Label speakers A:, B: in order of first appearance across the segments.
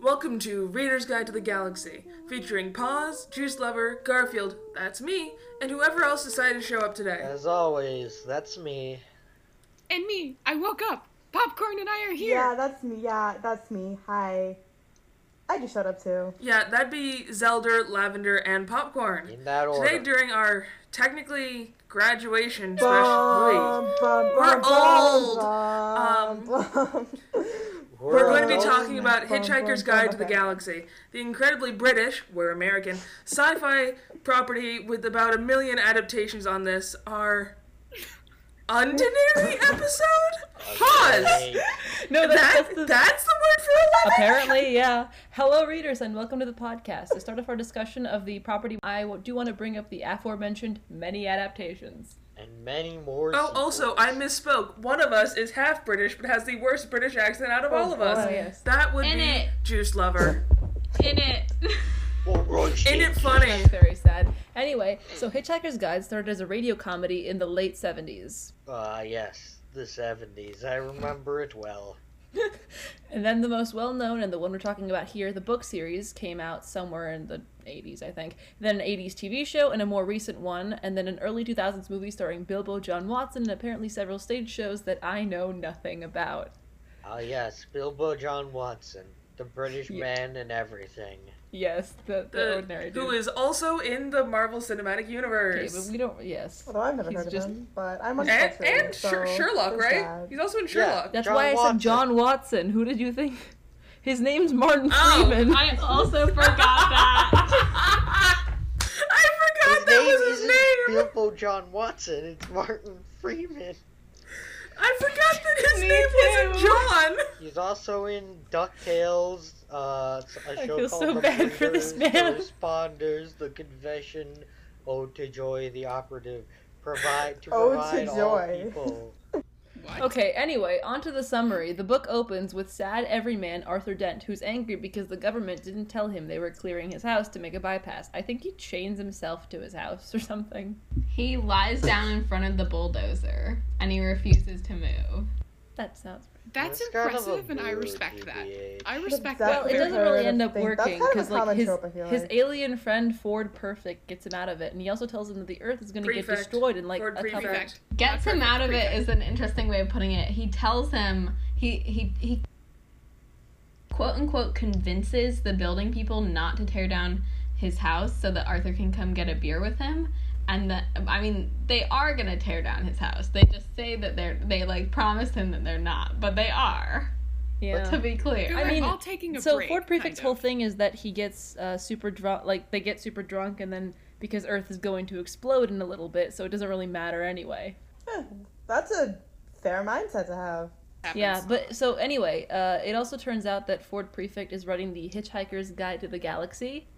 A: Welcome to Reader's Guide to the Galaxy, featuring Paws, Juice Lover, Garfield, that's me, and whoever else decided to show up today.
B: As always, that's me.
C: And me, I woke up. Popcorn and I are here.
D: Yeah, that's me. Yeah, that's me. Hi. I just showed up too.
A: Yeah, that'd be Zelda, Lavender, and Popcorn.
B: In that order.
A: Today, during our technically graduation special week,
D: Bum, bum,
A: We're
D: bum,
A: old. Um,
D: bum, bum.
A: we're going to be
B: all-
A: talking about
D: Bum,
A: Hitchhiker's
D: bum, bum,
A: Guide to the
D: okay.
A: Galaxy, the incredibly British, we're American, sci fi property with about a million adaptations on this, our undinary episode? Pause!
B: Hey,
E: No, that's,
A: That,
E: that's the,
A: that's the word for 11?
E: apparently, yeah. Hello, readers, and welcome to the podcast. To start off our discussion of the property, I w- do want to bring up the aforementioned many adaptations.
B: and many more.
A: Oh, also, I
B: sequels.
A: misspoke. One of us is half British, but has the worst British accent out of all of
E: Oh,
A: us.
E: yes.
A: That would
F: In
A: be
F: it.
A: Juice Lover.
F: In it.
B: Oh, right,
A: Ain't it
B: shit.
A: funny?
E: That's very sad. Anyway, so Hitchhiker's Guide started as a radio comedy in the late 70s.
B: Ah, yes, the 70s. I remember it well.
E: And then the most well known and the one we're talking about here, the book series, came out somewhere in the 80s, I think. Then an 80s TV show and a more recent one, and then an early 2000s movie starring Bilbo John Watson and apparently several stage shows that I know nothing about.
B: Ah, yes, Bilbo John Watson, the British
E: Yeah.
B: man and everything.
E: Yes, the, the,
A: The-
E: ordinary dude.
A: who is also in the Marvel Cinematic
E: Okay,
A: Universe.
E: but we don't. Yes,
D: Although I've never
E: He's
D: heard of
E: just-
D: him, but I'm on
A: and
D: Culture,
A: and
D: so
A: Sher- Sherlock,
D: there's
A: right?
D: that.
A: He's also in Sherlock.
E: that's
B: John
E: why I
B: Watson.
E: said John Watson. Who did you think? His name's Martin
A: Oh,
E: Freeman.
F: I also forgot that.
A: I forgot
B: his
A: that
B: name
A: was his
B: isn't
A: name.
B: Bilbo John Watson, it's Martin Freeman.
A: I forgot that his
E: Me
A: name wasn't
E: too.
A: John.
B: He's also in DuckTales, uh, a
E: I
B: show
E: feel
B: called
E: so
B: The
E: bad for this
B: Breeders,
E: man.
B: The Responders, The Confession, Ode to Joy, The Operative, Provide, to
E: Oh,
D: Ode to
B: provide all
D: Joy.
B: people.
E: Okay, anyway, onto the summary. The book opens with sad everyman Arthur Dent, who's angry because the government didn't tell him they were clearing his house to make a bypass. I think he chains himself to his house or something.
F: He lies down in front of the bulldozer and he refuses to move.
E: That sounds.
C: That's
B: kind of a
C: impressive, and I
B: weird
C: respect that.
B: DBH.
C: I respect
D: That's
C: that.
E: Well, it
D: very
C: very-
E: doesn't really
D: hard
E: end
D: to
E: up
D: think. That's
E: working
D: kind of a
E: because like
D: common
E: his,
D: trope, I feel
E: his
D: like.
E: alien friend Ford Perfect gets him out of it, and he also tells him that the Earth is going to get
A: Prefect.
E: destroyed in like
A: Ford
E: a couple.
A: Prefect.
C: That's
F: Gets him
C: perfect,
F: out of it
C: perfect.
F: is an interesting way of putting it. He tells him he he he quote unquote convinces the building people not to tear down his house so that Arthur can come get a beer with him. And that I mean, they are gonna tear down his house. They just say that they're they like promise him that they're not, but they are.
E: Yeah.
F: To be clear,
C: I
E: I
C: mean,
E: mean,
C: all taking a
E: so
C: break.
E: Ford Prefect's
C: kind
E: whole
C: of.
E: thing is that he gets uh, super drunk, like they get super drunk, and then because Earth is going to explode in a little bit, so it doesn't really matter anyway.
D: Huh, That's a fair mindset to have.
C: happens.
E: Yeah, but so anyway, uh, it also turns out that Ford Prefect is writing the Hitchhiker's Guide to the Galaxy.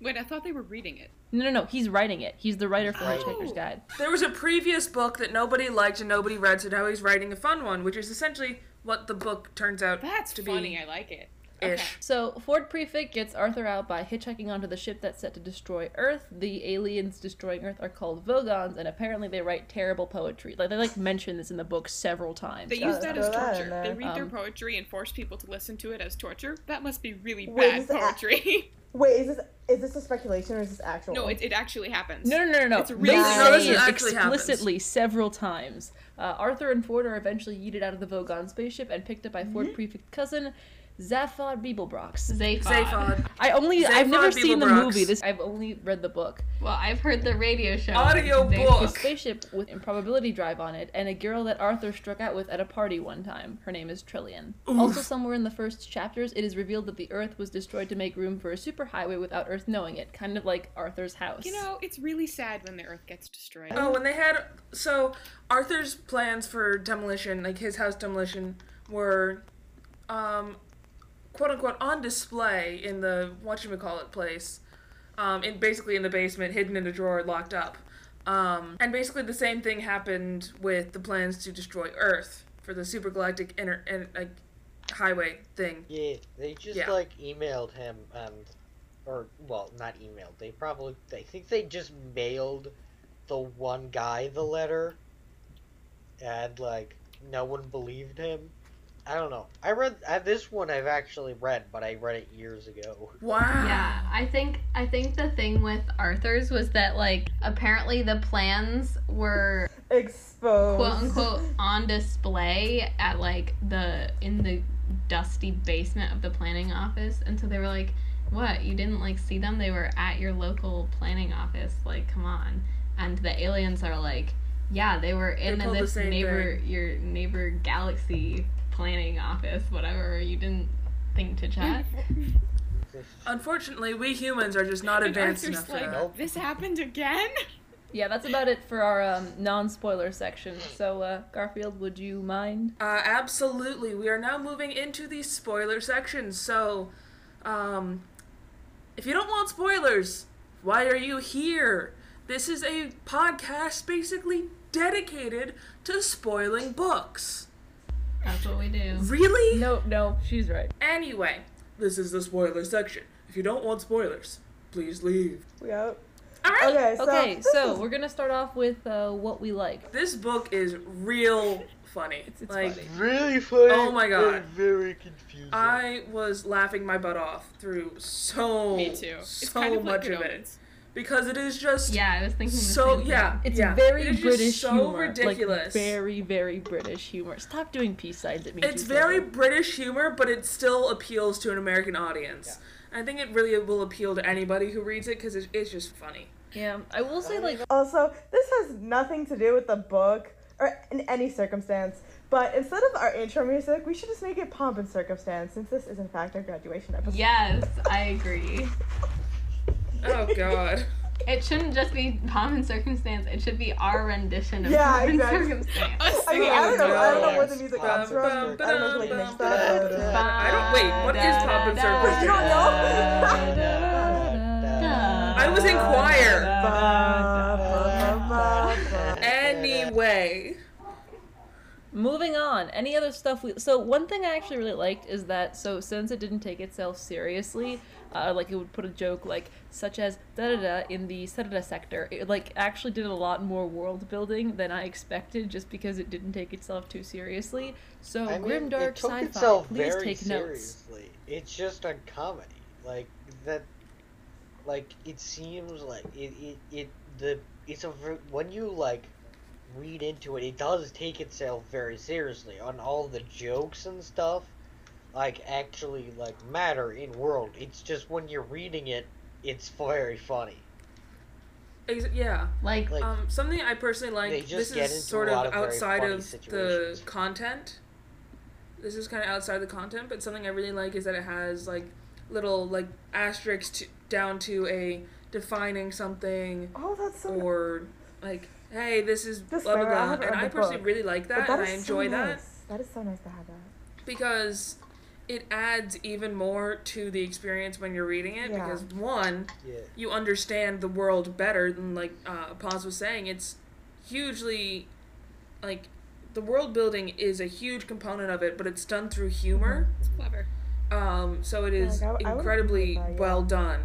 C: Wait, I thought they were reading it.
E: No, no, no, he's writing it. He's the writer for
B: Right.
C: Oh.
E: Hitchhiker's Guide.
A: There was a previous book that nobody liked and nobody read, so now he's writing a fun one, which is essentially what the book turns out
C: That's
A: to
C: funny.
A: be.
C: I like it.
A: Ish.
E: So Ford Prefect gets Arthur out by hitchhiking onto the ship that's set to destroy Earth. The aliens destroying Earth are called Vogons, and apparently they write terrible poetry. Like they like mention this in the book several times.
C: They
D: Yeah,
C: use that
D: throw
C: as
D: that in
C: torture.
D: there.
C: they read their
E: Um,
C: poetry and force people to listen to it as torture. That must be really
D: Wait,
C: bad
D: is that-
C: poetry.
D: Wait, is this is this a speculation or is this actual?
C: no, it, it actually happens.
E: No, no, no, no, no.
C: It's really-
E: they
D: No,
A: this
E: say it
A: actually happens.
E: explicitly several times. Uh, Arthur and Ford are eventually yeeted out of the Vogon spaceship and picked up by
C: Mm-hmm.
E: Ford Prefect cousin Zaphod Beeblebrox.
F: Zaphod.
A: Zaphod.
E: I only I've
A: Zaphod
E: never seen the
A: Beeblebrox.
E: movie. This I've only read the book.
F: Well, I've heard the radio show.
A: Audio
F: They-
A: book.
E: A spaceship with improbability drive on it, and a girl that Arthur struck out with at a party one time. Her name is Trillian. Also, somewhere in the first chapters, it is revealed that the Earth was destroyed to make room for a superhighway without Earth knowing it, kind of like Arthur's house.
C: You know, it's really sad when the Earth gets destroyed.
A: Oh, when they had so Arthur's plans for demolition, like his house demolition, were, um, quote unquote, on display in the whatchamacallit place, um, in basically in the basement, hidden in a drawer, locked up. Um, and basically the same thing happened with the plans to destroy Earth for the supergalactic inner and like highway thing.
B: Yeah, they just
A: Yeah.
B: like emailed him, um, or well, not emailed. They probably, I think they just mailed the one guy the letter, and like no one believed him, I don't know. I read I, this one. I've actually read, but I read it years ago.
A: Wow.
F: Yeah, I think I think the thing with Arthur's was that like apparently the plans were
D: Exposed.
F: quote unquote on display at like the in the dusty basement of the planning office and so they were like what you didn't like see them they were at your local planning office like come on and the aliens are like yeah they were in
A: They pulled the
F: this
A: same
F: neighbor your neighbor galaxy planning office whatever you didn't think to check
A: Unfortunately, we humans are just not
C: And
A: advanced
C: Arthur's
A: enough for
C: like,
A: that.
B: Nope.
C: This happened again?
E: Yeah, that's about it for our um, non-spoiler section. So, uh, Garfield, would you mind?
A: Uh, absolutely. We are now moving into the spoiler section. So, um, if you don't want spoilers, why are you here? This is a podcast basically dedicated to spoiling books.
F: that's what we do
A: Really?
E: No, no, she's right.
A: Anyway, this is the spoiler section. If you don't want spoilers, please leave.
D: Yep.
A: All right.
D: Okay, so,
E: Okay,
D: this
E: so
D: is-
E: we're gonna start off with uh, what we liked.
A: This book is real funny.
E: It's, it's
A: like
E: funny.
B: Really funny.
A: Oh my god.
B: and Very confusing.
A: I was laughing my butt off through so
C: Me too.
A: Oh, so
C: it's kind of like
A: much
C: Good
A: of it.
C: Omens.
A: because it is just
F: yeah i was thinking the
A: so
F: same thing.
A: yeah
E: It's
A: yeah.
E: very
A: It is just
E: British
A: so
E: humor. like,
A: ridiculous
E: very, very British humor. Stop doing peace signs at me.
A: it's
E: Juice
A: very
E: Lover.
A: british humor but it still appeals to an american audience i think it really will appeal to anybody who reads it because it, it's just funny
E: Yeah, I will say like
D: Also, this has nothing to do with the book or in any circumstance. But instead of our intro music, we should just make it pomp and circumstance, since this is in fact our graduation episode.
F: yes i agree
A: oh god
F: It shouldn't just be pomp and circumstance. It should be our rendition of
D: Yeah,
F: pomp
D: exactly.
F: and circumstance.
C: A
D: I mean, I don't know. I don't know where the music comes from. I
A: Bum,
D: don't know if we can mix that uh, up.
A: bum, I don't- wait,
E: Uh,
A: what is pomp and circumstance?
D: You don't know?
A: i was in choir
D: Ba-ba-ba-ba.
A: anyway
E: Moving on, any other stuff we so one thing I actually really liked is that so since it didn't take itself seriously, uh, like it would put a joke like such as da da da in the da da sector, it like actually did a lot more world building than I expected just because it didn't take itself too seriously. So
B: I mean,
E: grimdark
B: it took
E: Oh, sci-fi,
B: itself
E: please
B: very
E: take notes.
B: seriously. It's just a comedy, like that. Like it seems like it, it, it the it's a ver- when you like read into it, it does take itself very seriously on all the jokes and stuff. Like actually, like matter in world. It's just when you're reading it, it's very funny.
A: ex- yeah
F: Like,
B: Like
A: um something i personally
B: They
A: like
B: just
A: this
B: get
A: is
B: into
A: sort
B: a lot
A: of
B: of very
A: outside
B: funny
A: of
B: situations.
A: the content this is kind of outside the content but something i really like is that it has like little like asterisks to, down to a defining something
D: Oh, that's so.
A: or like hey this is
D: This
A: blah blah
D: better, I
A: blah
D: haven't
A: and
D: read
A: i
D: the
A: personally
D: book,
A: really like
D: but
A: that,
D: that
A: and i
D: is so
A: enjoy that
D: nice. That is so nice to have that.
A: because it adds even more to the experience when you're reading it
D: Yeah.
A: because one
B: yeah.
A: you understand the world better than like uh, Paz was saying. It's hugely like the world building is a huge component of it, but it's done through humor.
C: It's clever.
A: Um, so it is
D: Yeah, Mm-hmm. like, I- I would agree with
A: incredibly
D: that, yeah.
A: well done.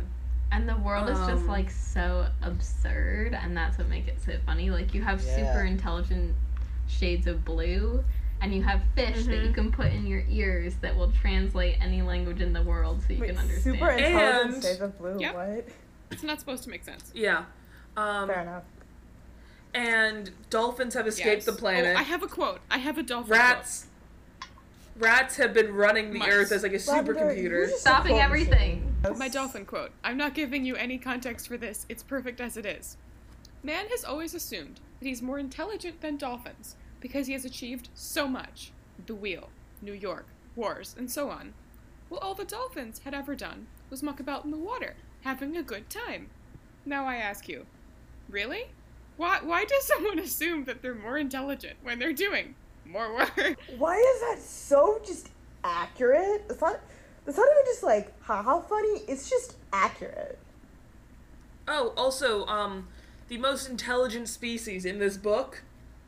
F: and the world is just
A: Um,
F: like so absurd, and that's what makes it so funny. Like you have
B: Yeah.
F: super intelligent shades of blue, and you have fish that you
D: Mm-hmm.
A: Mhm.
F: can put in your ears that will translate any language in the world so you
D: Wait,
F: can understand.
D: super intelligent
A: And-
D: shades of blue.
C: Yep.
D: What?
C: It's not supposed to make sense.
A: Yeah. Um,
D: Fair enough.
A: and dolphins have escaped
C: Yes.
A: the planet.
C: Oh, I have a quote. I have a dolphin.
A: rats. Rats have been running the
C: Mice.
A: earth as like a
D: Lavender, you
A: supercomputer.
D: just
F: Stopping
D: support me.
F: everything.
C: quote. My dolphin quote. I'm not giving you any context for this. It's perfect as it is. Man has always assumed that he's more intelligent than dolphins because he has achieved so much the wheel, New York, wars, and so on. Well, all the dolphins had ever done was muck about in the water, having a good time. Now I ask you, really? Why, why does someone assume that they're more intelligent when they're doing more work?
D: Why is that so just accurate? It's not. It's not even just like ha how funny. It's just accurate.
A: Oh, also, um, the most intelligent species in this book: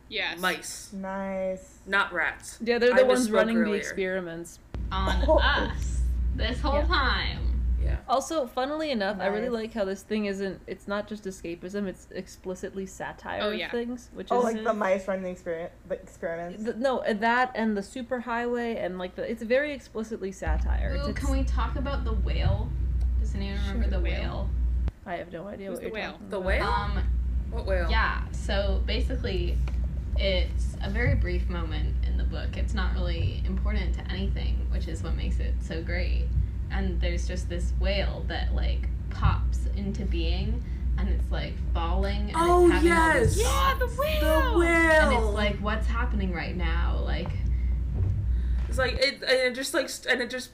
C: Yes.
A: mice,
D: Nice.
A: not rats.
E: Yeah, they're
A: I
E: the ones
A: misspoke
E: running the
A: earlier.
E: experiments.
F: on
D: Oh.
F: us this whole
E: Yeah.
F: time.
A: Yeah.
E: Also, funnily enough, I really
D: Nice.
E: like how this thing isn't. It's not just escapism; it's explicitly satire
C: Oh,
E: of
C: yeah.
E: things, which
D: Oh,
E: is
D: like the mice running the experiment, the experiments.
E: th- no uh, that and the super highway and like the. It's very explicitly satire. It's-
F: Ooh,
E: it's-
F: can we talk about the whale? Does anyone remember
C: Sure,
F: the
C: whale.
F: whale?
E: I have no idea
C: Who's
E: what you're
C: the whale?
E: talking
A: The
E: about.
A: whale?
F: Um,
A: What whale?
F: yeah. So basically, it's a very brief moment in the book. It's not really important to anything, which is what makes it so great. And there's just this whale that like pops into being, and it's like falling. And
A: Oh,
F: it's having all this
A: yes!
F: thought,
C: the
A: The whale.
F: And it's like, what's happening right now? Like,
A: It's like it, and it just like st- and it just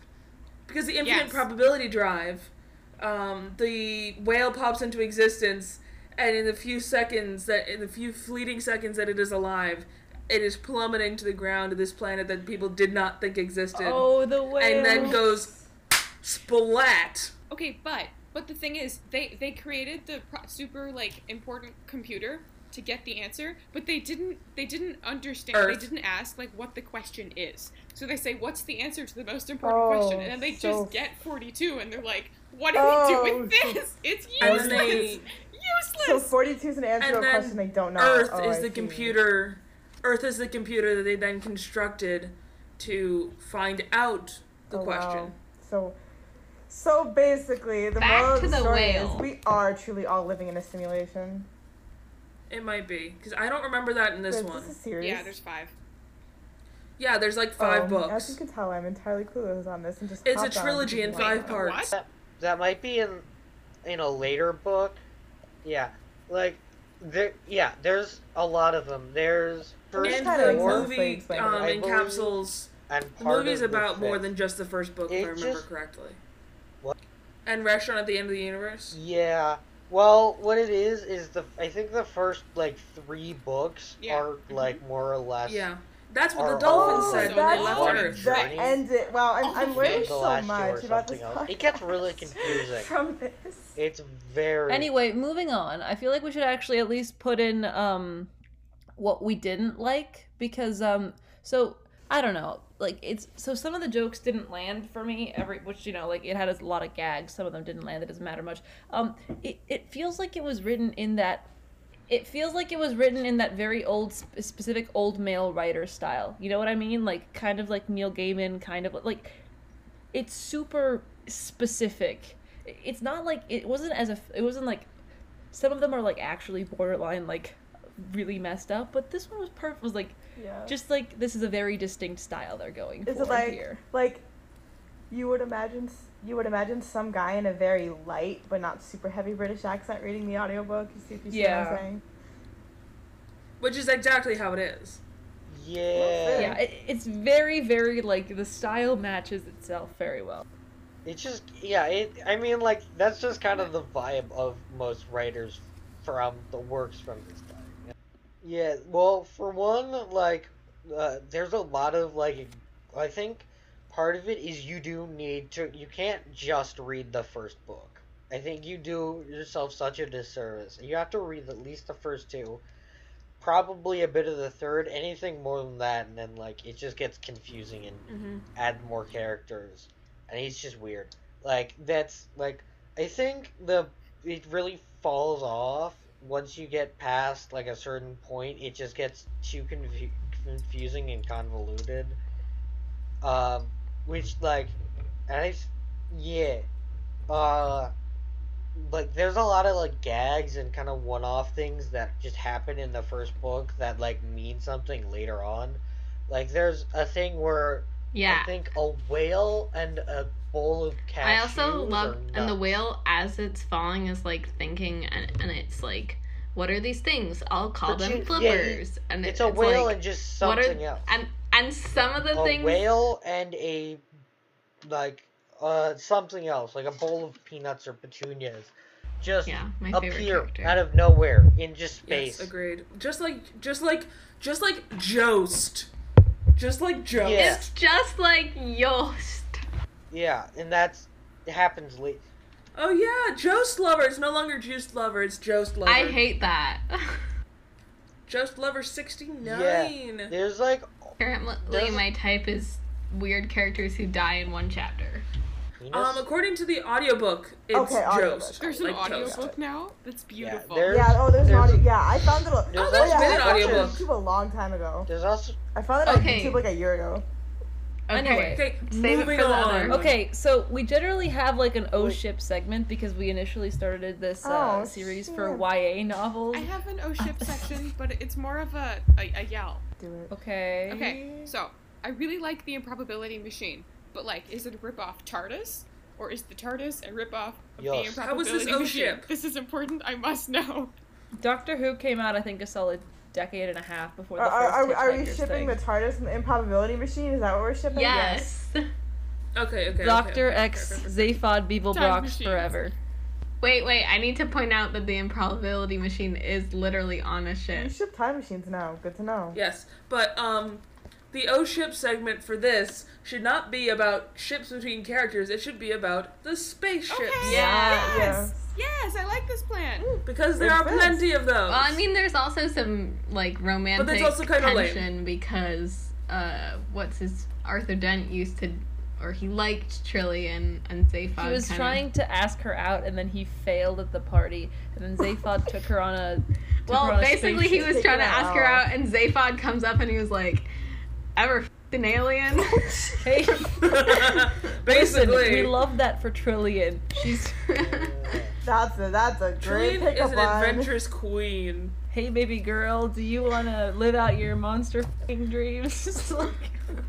A: because the infinite
C: Yes.
A: probability drive, um, the whale pops into existence, and in the few seconds that in the few fleeting seconds that it is alive, it is plummeting to the ground of this planet that people did not think existed,
E: Oh, the whale.
A: and then goes splat.
C: Okay, but but the thing is, they they created the pro- super like important computer to get the answer, but they didn't they didn't understand.
A: Earth.
C: They didn't ask like what the question is. So they say, "What's the answer to the most important
D: Oh,
C: question?" And then they
D: so-
C: just get forty two, and they're like, "What do we do
D: Oh,
C: with this? It's
A: And
C: useless,
A: then they-
D: So
C: useless."
D: 42 is an answer
A: And
D: to a
A: then
D: question they don't know.
A: Earth
D: Oh,
A: is
D: I
A: the
D: see.
A: computer. Earth is the computer that they then constructed to find out the
D: Oh,
A: question.
D: wow. So, so basically, the
F: Back
D: moral
F: to
D: of the
F: the
D: story
F: whale.
D: is we are truly all living in a simulation.
A: It might be because I don't remember that in this
D: Wait,
A: one.
D: This is serious.
C: yeah, there's five.
A: Yeah, there's like five
D: Um, As
A: books.
D: you can tell, I'm entirely clueless on this and just.
A: It's a
D: hopped on
A: trilogy in
D: because
A: five
D: I-
A: parts.
C: What?
B: That, that might be in in a later book. Yeah, like there. Yeah, there's a lot of them. There's first
A: And
D: Kinda
A: the
D: makes
B: four
D: sense.
A: movie
D: explain it.
A: um,
B: I
A: encapsulates
B: and
A: the
B: part
A: movie's
B: of the
A: about more
B: fifth.
A: than just the first book, if
B: It
A: I remember
B: just-
A: correctly.
B: What?
A: And restaurant at the end of the universe.
B: Yeah. Well, what it is is the I think the first like three books
C: Yeah.
B: are like more or less.
A: Yeah, that's what the
B: Our
A: dolphin
D: Oh,
A: said when
C: so
A: they
D: that's
A: left
C: what-
A: Earth.
D: That
B: Journey.
D: ends it. Wow, I'm, I'm learning
B: the
D: so
B: last year or
D: much about this.
B: something else. It gets really
D: podcast
B: confusing.
D: From this.
B: It's very.
E: Anyway, moving on. I feel like we should actually at least put in um what we didn't like because um so I don't know. Like it's so some of the jokes didn't land for me every which you know like it had a lot of gags. Some of them didn't land. It doesn't matter much. Um it it feels like it was written in that it feels like it was written in that very old sp- specific old male writer style. You know what I mean? Like kind of like Neil Gaiman kind of like it's super specific. It's not like it wasn't as a it wasn't like some of them are like actually borderline like really messed up, but this one was perfect. Was like
D: Yeah.
E: just like this is a very distinct style they're going
D: Is
E: for
D: it like
E: here.
D: like you would imagine s- you would imagine some guy in a very light but not super heavy British accent reading the audiobook? You see, if you see what
E: Yeah.
D: I'm saying?
A: Which is exactly how it is.
B: Yeah.
E: Yeah, it, it's very very like the style matches itself very well.
B: It's just yeah. It. I mean, like that's just kind of the vibe of most writers from the works from this time. Yeah. Well, for one, like uh, there's a lot of like I think part of it is you do need to. You can't just read the first book. I think you do yourself such a disservice. You have to read at least the first two, probably a bit of the third. Anything more than that, and then like it just gets confusing and
A: Mm-hmm.
B: add more characters and he's just weird like that's like i think the it really falls off once you get past like a certain point it just gets too confu- confusing and convoluted um which like and i s- yeah uh like there's a lot of like gags and kind of one-off things that just happen in the first book that like mean something later on like there's a thing where I
F: yeah.
B: think a whale and a bowl of cashews.
F: I also love,
B: are
F: and the
B: nuts.
F: whale as it's falling is like thinking, and, and it's like, what are these things? I'll call
B: But
F: them
B: you- yeah,
F: flippers. and
B: It's
F: it-
B: a whale
F: like,
B: and just
F: what are-
B: something else.
F: and and some of the
B: a
F: things.
B: whale and a like uh something else, like a bowl of peanuts or petunias, just
F: Yeah, my favorite
B: appear
F: character.
B: out of nowhere in just
A: Yes,
B: space.
A: agreed. Just like, just like, just like Jost. Just like Jost.
B: Yeah.
F: It's just like Yost.
B: yeah, and that's it happens late.
A: Oh yeah, Jost lover. It's no longer Juiced lover. It's Jost lover.
F: I hate that.
A: Jost lover sixty nine.
B: There's like
F: Apparently,
B: Doesn't-
F: my type is weird characters who die in one chapter.
B: penis?
A: Um, according to the audiobook, it's
D: Okay, audiobook.
A: Jost.
C: There's an
A: like
C: audiobook
A: Jost.
C: now that's beautiful.
B: there-
D: Yeah. Oh, there's,
B: There's
D: an
B: a-
D: audio. Yeah, I found it. A,
B: There's
D: oh,
A: always
D: yeah,
A: been
D: I
A: an
D: found it on
A: audiobook.
D: YouTube a long time ago.
B: There's also
D: I found it on
F: Okay.
D: YouTube like a year ago.
F: Anyway.
A: Okay,
F: Save it
A: moving
F: for the
A: on.
D: Mm-hmm.
F: other.
E: Okay, so we generally have like an O ship segment because we initially started this uh,
D: Oh,
E: series for
D: shit.
E: YA novels.
C: I have an O ship section, but it's more of a, a, a yell.
D: Do it.
E: Okay.
C: Okay, so I really like the improbability machine, but like, is it a ripoff TARDIS? Or is the TARDIS a ripoff of the
B: Yes.
C: improbability
A: How was this O
C: machine?
A: ship?
C: This is important, I must know.
E: Doctor Who came out, I think, a solid decade and a half before the
D: Are, are,
E: first
D: are, are we
E: Hitchhiker's
D: shipping
E: thing.
D: the TARDIS and the improbability machine? Is that what we're shipping?
F: Yes.
A: Okay, okay.
E: Doctor
A: okay, okay,
E: X
A: okay, okay.
E: Zaphod Beeblebrox
C: Time machines.
E: forever.
F: Wait, wait. I need to point out that the improbability machine is literally on a
D: You
F: ship.
D: ship time machines now. Good to know.
A: Yes, but um, the O ship segment for this should not be about ships between characters. It should be about the spaceships
C: Okay.
A: Uh,
F: Yeah.
C: Yes. Yes, I like this plan.
A: because there are
D: Makes sense.
A: plenty of those.
F: Well, I mean, there's also some like romantic
A: also kinda lame.
F: tension because uh, what's his Arthur Dent used to, or he liked Trillian and Zaphod.
E: He was
F: kinda-
E: trying to ask her out, and then he failed at the party, and then Zaphod took her on a. took her on
F: Well,
E: a
F: basically, he
E: spaceship.
F: was
D: Take
F: trying to
D: her
F: ask her
D: out.
F: out, and Zaphod comes up and he was like, "Ever f- an alien?"
E: Hey, listen,
A: Basically,
E: we love that for Trillian.
F: She's
D: That's a that's a great
A: Jillian is
D: pickup
A: an
D: line.
A: adventurous queen.
E: Hey, baby girl, do you want to live out your monster fing dreams? It's like,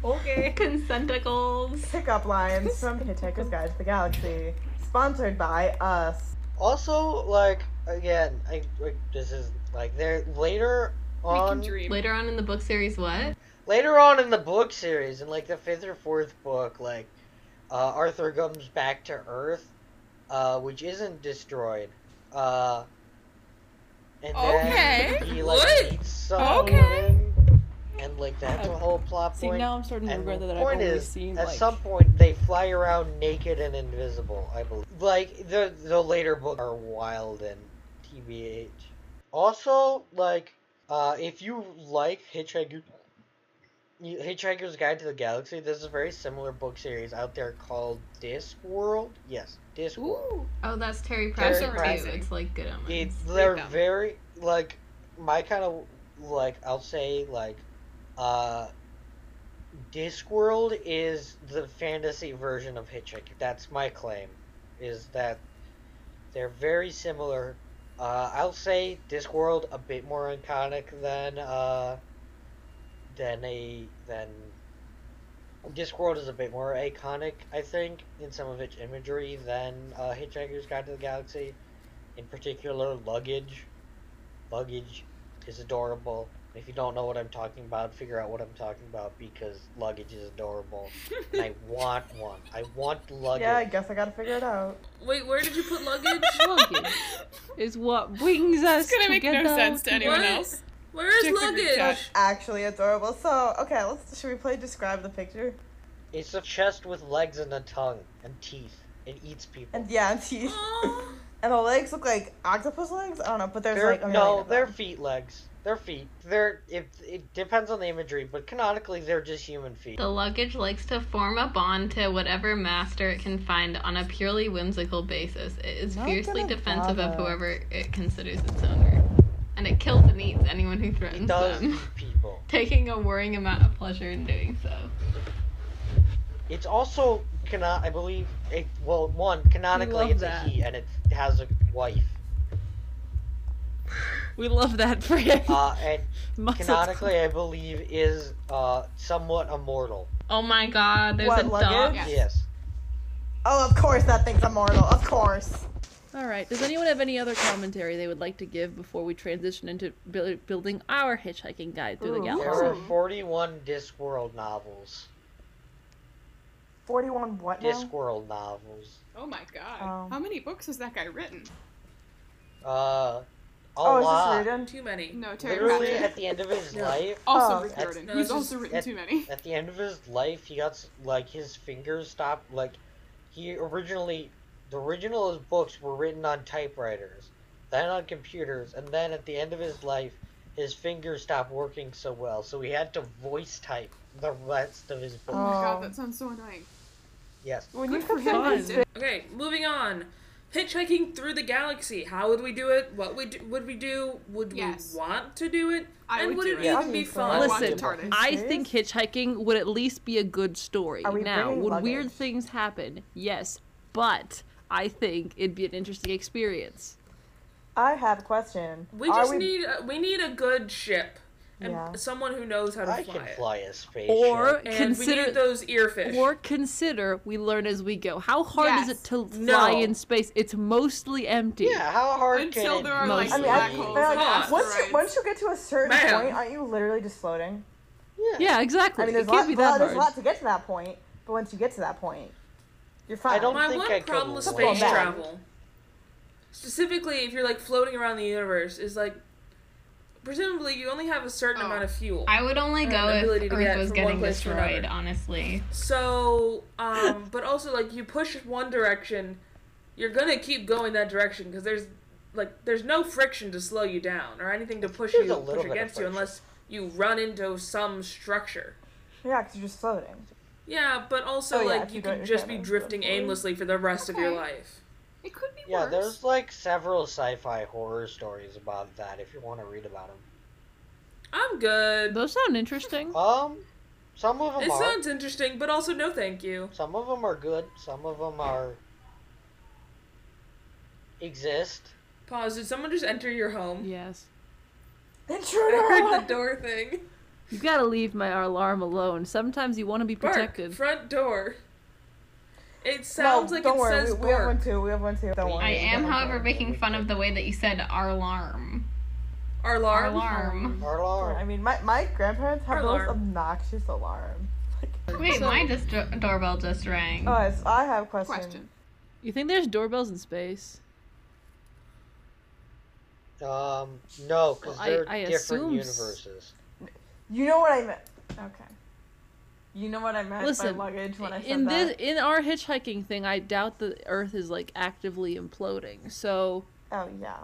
E: okay.
F: consenticles.
D: Pickup lines from Hitchhiker's Guide to the Galaxy, sponsored by us.
B: also like again. I like, this is like there later
C: We can
B: on.
C: dream.
F: Later on in the book series, what?
B: later on in the book series, in like the fifth or fourth book, like uh, Arthur comes back to Earth, uh, which isn't destroyed. Uh, and then
C: Okay.
B: he like
A: What?
B: meets
C: Okay.
B: someone, and like that's a whole plot
E: See,
B: point.
E: now I'm starting to
B: And
E: regret
B: the
E: that I've
B: point
E: only
B: is,
E: seen
B: at
E: like.
B: some point they fly around naked and invisible. I believe, like the the later books are wild and tbh. Also, like, uh, if you like Hitchhiker, you- Hitchhiker's Guide to the Galaxy, there's a very similar book series out there called Discworld. Yes, Discworld.
C: Ooh.
F: Oh, that's Terry
B: Terry
F: Pratchett too.
C: Pratchett.
F: It's like good omens.
B: It,
C: read
B: they're
C: them.
B: very like my kind of like I'll say like uh Discworld is the fantasy version of Hitchhiker. That's my claim is that they're very similar. Uh, I'll say Discworld a bit more iconic than uh than a than Discworld is a bit more iconic, I think, in some of its imagery than uh, Hitchhiker's Guide to the Galaxy in particular luggage luggage is adorable if you don't know what i'm talking about figure out what i'm talking about because luggage is adorable and i want one i want luggage
D: Yeah, I guess I gotta figure it out.
A: Wait, where did you put luggage?
E: Luggage is what brings us
C: It's gonna make no
E: together
C: sense to anyone
A: What?
C: else.
A: Where
C: Check
A: is
C: the group
A: luggage?
C: chat.
D: Actually adorable. So okay, let's should we play describe the picture?
B: it's a chest with legs and a tongue and teeth it eats people
D: And yeah, and teeth.
A: Aw.
D: And the legs look like octopus legs? I don't know, but there's
B: They're-
D: like a million
B: no
D: of
B: they're
D: them.
B: feet legs they're feet they're it, it depends on the imagery but canonically they're just human feet
F: The luggage likes to form a bond to whatever master it can find on a purely whimsical basis. It is
D: Not
F: fiercely
D: gonna
F: defensive of
D: bother.
F: whoever it considers its owner. And it kills and eats anyone who
B: it
F: threatens
B: does
F: them,
B: eat people
F: taking a worrying amount of pleasure in doing so.
B: It's also canon. I believe it. Well, one canonically,
E: Love
B: it's
E: that.
B: a he, and it has a wife.
E: We love that for him.
B: Uh, and
E: Muscle
B: canonically, I believe is uh somewhat immortal.
F: Oh my god, there's
D: What,
F: a
D: luggage?
F: dog.
C: Yeah.
B: Yes.
D: Oh of course that thing's immortal. Of course.
E: All right. Does anyone have any other commentary they would like to give before we transition into buil- building our hitchhiking guide through the
D: Ooh.
B: There
E: galaxy?
B: are
D: Awesome.
B: forty-one Discworld novels.
D: Forty one what now?
B: Discworld novels.
C: Oh my god.
D: Um.
C: How many books has that guy written?
B: Uh, a
D: oh,
B: lot.
D: is this Reardon?
A: Too many.
C: No, Terry
B: Literally at
C: Pratchett.
B: the end of his
A: No.
B: life.
C: Also
D: Oh.
C: Rick
B: That's-
C: Riordan,
A: no,
C: who's
A: this
C: also
A: is-
C: written too many.
B: at the end of his life he got s- like his fingers stopped like he originally the original of his books were written on typewriters then on computers and then at the end of his life his fingers stopped working so well so he had to voice type the rest of his
C: Oh my
B: books
D: Oh.
C: god, that sounds so annoying.
B: Yes.
D: When you
C: Good for
D: consider
C: fun.
D: this big-
A: Okay, moving on. Hitchhiking through the galaxy. How would we do it? What would would we do? Would
C: Yes.
A: we want to do it?
C: I
A: and
C: would
A: would
C: do
A: it even
C: it.
A: be
D: Obviously.
A: fun?
B: Listen,
C: Watch it, Tartus.
E: I
D: serious?
E: think hitchhiking would at least be a good story.
D: Are we
E: Now,
D: bringing
E: would
D: luggage?
E: weird things happen? Yes, but I think it'd be an interesting experience.
D: I have a question.
A: We
D: Are
A: just need a, we need a good ship and
D: Yeah.
A: someone who knows how to
B: I
A: fly
B: can
A: it.
B: fly a spaceship.
E: Or
A: And we need
E: consider
A: those earfish.
E: or consider we learn as we go. How hard is
C: Yes.
E: it to fly
A: No.
E: in space? It's mostly empty.
B: Yeah, how hard
C: Until
B: can it
C: there are,
B: be?
C: like,
D: I mean, I,
C: black
D: but,
C: holes
D: like,
A: Huh.
D: once you
C: Asteroids.
D: once you get to a certain
A: Ma'am.
D: point, aren't you literally just floating?
E: Yeah, exactly.
D: I mean,
E: it
D: there's a
E: can't
D: lot,
E: be
D: well,
E: that
D: there's a
E: hard.
D: lot to get to that point, but once you get to that point, you're fine.
B: I don't
A: My
B: think
A: one
B: I could
A: problem with
B: land.
A: space
D: Well, man.
A: travel, specifically if you're like floating around the universe, is like presumably you only have a certain
C: Oh.
A: amount of fuel.
F: I would only
A: Or
F: go
A: the ability
F: if
A: to
F: Earth
A: get
F: was
A: from
F: getting
A: one place to
F: destroyed,
A: another.
F: honestly.
A: So, um, but also like you push one direction, you're gonna keep going that direction because there's like there's no friction to slow you down or anything to push
B: There's
A: you
B: a little
A: push
B: bit of
A: against you
B: friction.
A: unless you run into some structure.
D: Yeah, because you're just floating.
A: Yeah, but also
D: Oh, yeah,
A: like
D: if
A: you,
D: you don't-
A: could
D: if
A: just be
D: you're not
A: drifting
D: careful.
A: aimlessly for the rest of your
C: Okay.
A: life.
C: It could be
B: Yeah,
C: worse.
B: there's like several sci-fi horror stories about that if you want to read about them.
A: I'm good.
E: Those sound interesting.
B: Um, some of them
A: It
B: are.
A: sounds interesting, but also no thank you.
B: Some of them are good. Some of them are exist.
A: Pause. Did someone just enter your home?
E: Yes.
A: I heard the
D: Intruder!
A: door thing.
E: You gotta leave my alarm alone. Sometimes you wanna be
A: Bark.
E: protected.
A: Front door. It
D: No,
A: sounds like
D: don't
A: it
D: worry.
A: says
D: we, we have one
A: bark.
D: too. We have one too. Don't worry.
F: I am,
B: Yeah.
F: however, making fun of the way that you said alarm.
A: Alarm.
F: Alarm.
B: Our
D: I
B: alarm.
D: mean, my, my grandparents have those
A: Alarm.
D: obnoxious alarms.
F: Wait,
E: So-
F: my just doorbell just rang.
D: Oh, so I have a question.
C: question.
E: You think there's doorbells in space?
B: Um, no, because
E: Well, I-
B: they're
E: I
B: different
E: assume s-
B: universes.
D: You know what I meant. Okay. You know what I meant
E: Listen,
D: by luggage when I said
E: in
D: that.
E: this in our hitchhiking thing, I doubt the Earth is like actively imploding. So
D: Oh yeah.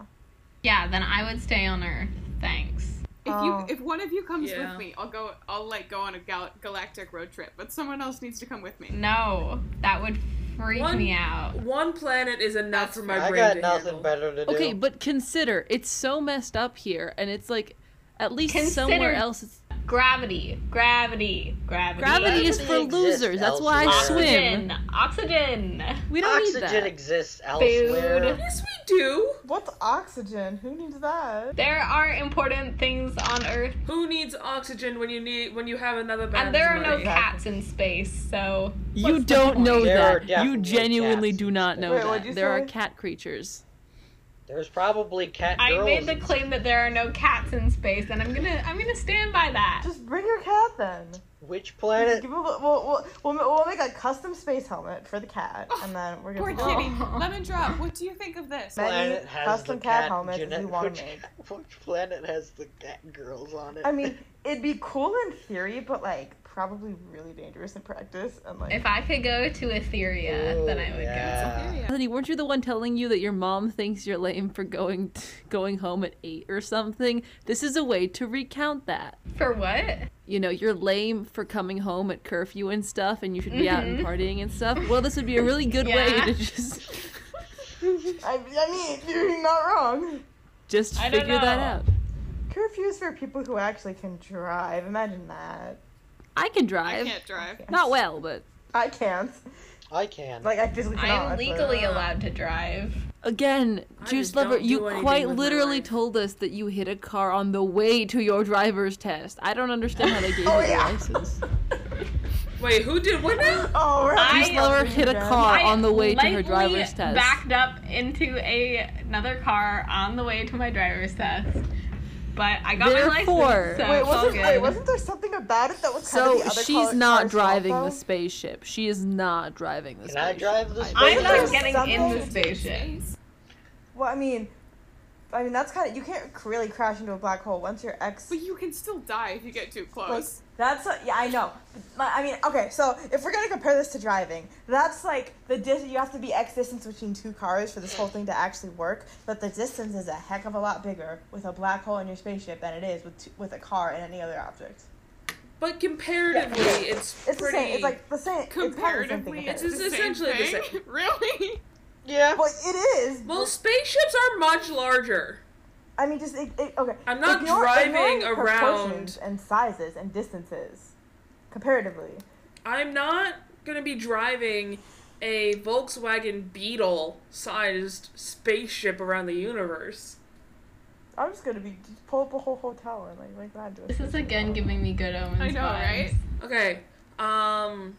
F: Yeah, then I would stay on Earth. Thanks.
C: If
D: Oh.
C: you if one of you comes
A: Yeah.
C: with me, I'll go I'll like go on a gal- galactic road trip, but someone else needs to come with me.
F: No, that would freak
A: One-
F: me out.
A: One planet is enough
C: That's
A: for my
B: I
A: brain
B: got
A: to
B: nothing
A: handle.
B: better to do.
E: okay, but consider it's so messed up here, and it's like at least somewhere
F: Consider-
E: else. It's,
F: Gravity, gravity, gravity.
E: gravity is for
B: Gravity exists
E: losers. That's why I
B: elsewhere.
E: swim.
F: Oxygen, oxygen.
E: We don't
B: Oxygen
E: need that.
B: exists elsewhere.
F: Food.
A: Yes, we do.
D: What's oxygen? Who needs that?
F: There are important things on Earth,
A: Who needs oxygen when you need when you have another?
F: and there are
A: band's
F: no
A: money?
F: cats in space, so
E: You don't know
B: There are
E: that. You
B: definitely
E: genuinely
B: cats
E: do
B: in
E: not
B: space.
E: know
D: Wait, what'd
E: that.
D: you
E: There are
D: say?
E: cat creatures.
B: There's probably cat
F: I
B: girls.
F: made the claim that there are no cats in space, and I'm gonna I'm gonna stand by that.
D: Just bring your cat then.
B: Which
D: Just
B: planet?
D: give him a, we'll, we'll, we'll, ma- we'll make a custom space helmet for the cat, and then we're
C: Poor
D: gonna.
F: Oh.
C: kitty. Lemon drop. What do you think of this?
D: Many
B: Planet has
D: custom
B: the
D: cat
B: cat
D: helmets
B: genet-
D: you wanna
B: which,
D: make.
B: Which planet has the cat girls on it?
D: I mean, it'd be cool in theory, but like probably really dangerous in practice. And like,
F: If I could go to Etheria,
B: Ooh,
F: then I would go.
B: Oh, yeah.
C: Area.
E: Anthony, weren't you the one telling you that your mom thinks you're lame for going going home at eight or something? This is a way to recount that.
F: For what?
E: you know, you're lame for coming home at curfew and stuff, and you should be out and partying and stuff. Well, this would be a really good
F: Yeah.
E: way to just
D: I, I mean, you're not wrong.
E: just
F: I don't
E: figure that out.
F: know.
D: Curfews for people who actually can drive. Imagine that.
E: I can
C: I
E: drive,
C: can't drive.
E: not well, but
D: I can't.
B: I can.
D: Like, I physically cannot.
F: I'm
D: but-
F: legally
B: uh,
F: allowed to drive.
E: again,
A: I
E: Juice
A: just
E: Lover,
A: don't do
E: you
A: anything
E: quite
A: with my
E: literally
A: life.
E: told us that you hit a car on the way to your driver's test. I don't understand how they gave
D: Oh,
E: you the
D: yeah.
E: license.
A: Wait, who did what now?
D: Oh, right.
F: I-
E: Juice Lover hit a car
F: I
E: on the way to her
F: lightly
E: driver's test.
F: Backed up into a, another car on the way to my driver's test, but I got my
E: Therefore-
F: license. So
D: Wait,
F: it's all
D: wasn't,
F: good.
D: wait, wasn't there something about it that was kind
E: So
D: of the other
E: she's
D: car-
E: not
D: car's fault,
E: driving
D: though?
E: the spaceship. She is not driving the
B: Can I
E: spaceship.
B: drive the
F: I'm
B: spaceship?
F: not
D: Wasn't
F: getting
D: there
F: in the
D: something-
F: spaceship.
D: Well, I mean, I mean that's kind of you can't really crash into a black hole once your ex.
C: But you can still die if you get too
D: Like,
C: close.
D: that's a, yeah, I know. My- I mean, okay, so if we're gonna compare this to driving, that's like the dis- you have to be x distance between two cars for this whole thing to actually work. But the distance is a heck of a lot bigger with a black hole in your spaceship than it is with two, with a car and any other object.
A: But comparatively, it's
D: It's the
A: pretty.
D: same. It's like the same.
C: Comparatively,
D: it's
C: it's,
D: probably the same thing.
A: It's essentially
C: the
A: the
C: same thing.
A: same.
C: really?
B: Yeah.
D: Well, it is.
A: well, spaceships are much larger.
D: I mean, just it, it, okay.
A: I'm not
D: Ignore-
A: driving
D: ignoring proportions and sizes and distances, comparatively.
A: I'm not gonna be driving a Volkswagen Beetle sized spaceship around the universe.
D: I'm just gonna be just pull up a whole hotel and like make that. into a
F: This is
D: station
F: again
D: hall.
F: giving me good omens.
C: I know,
F: vibes.
C: right?
A: Okay. Um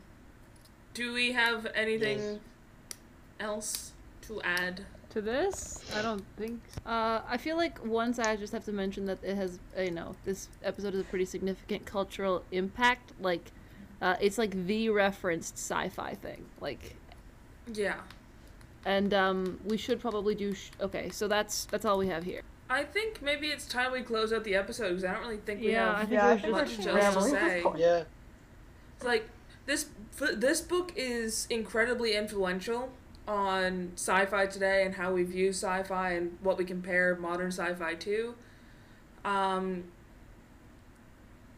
A: do we have anything
B: Yes.
A: else to add?
E: to this? I don't think. So. Uh, I feel like once I just have to mention that it has, uh, you know, this episode has a pretty significant cultural impact. Like, uh, it's like the referenced sci-fi thing. Like,
A: Yeah.
E: and um, we should probably do. Sh- okay, so that's that's all we have here.
A: I think maybe it's time we close out the episode because I don't really think we
E: Yeah, I
A: have
E: think
D: Yeah,
E: we're
D: I think we're
A: much
D: just
A: else to
D: rambling. at
A: say.
D: this point.
B: Yeah.
A: It's like this f- this book is incredibly influential on sci-fi today and how we view sci-fi and what we compare modern sci-fi to um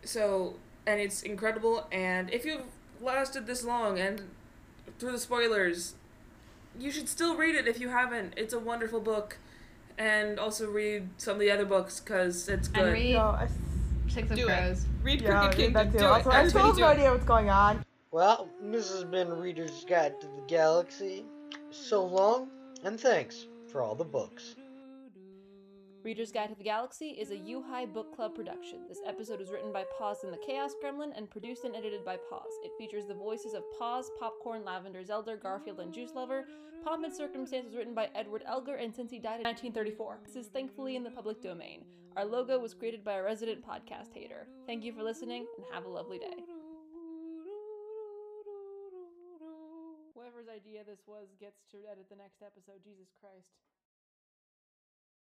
A: so and it's incredible and if you've lasted this long and through the spoilers you should still read it if you haven't it's a wonderful book and also read some of the other books because it's good
F: And read
D: No, I,
F: Six of
C: Do it.
F: Crows.
C: Read
D: yeah,
C: Crooked Kingdom.
D: that too.
C: Do it.
D: Also, I still have
C: Everybody
D: no
C: do it.
D: idea what's going on.
B: Well, this has been Reader's Guide to the Galaxy. So long, and thanks for all the books.
E: Reader's Guide to the Galaxy is a U-High Book Club production. This episode was written by Paws and the Chaos Gremlin and produced and edited by Paws. It features the voices of Paws, Popcorn, Lavender, Zelda, Garfield, and Juice Lover. Pomp and Circumstance was written by Edward Elgar and since he died in 1934. This is thankfully in the public domain. Our logo was created by a resident podcast hater. Thank you for listening and have a lovely day. Whoever's idea this was gets to edit the next episode. Jesus Christ.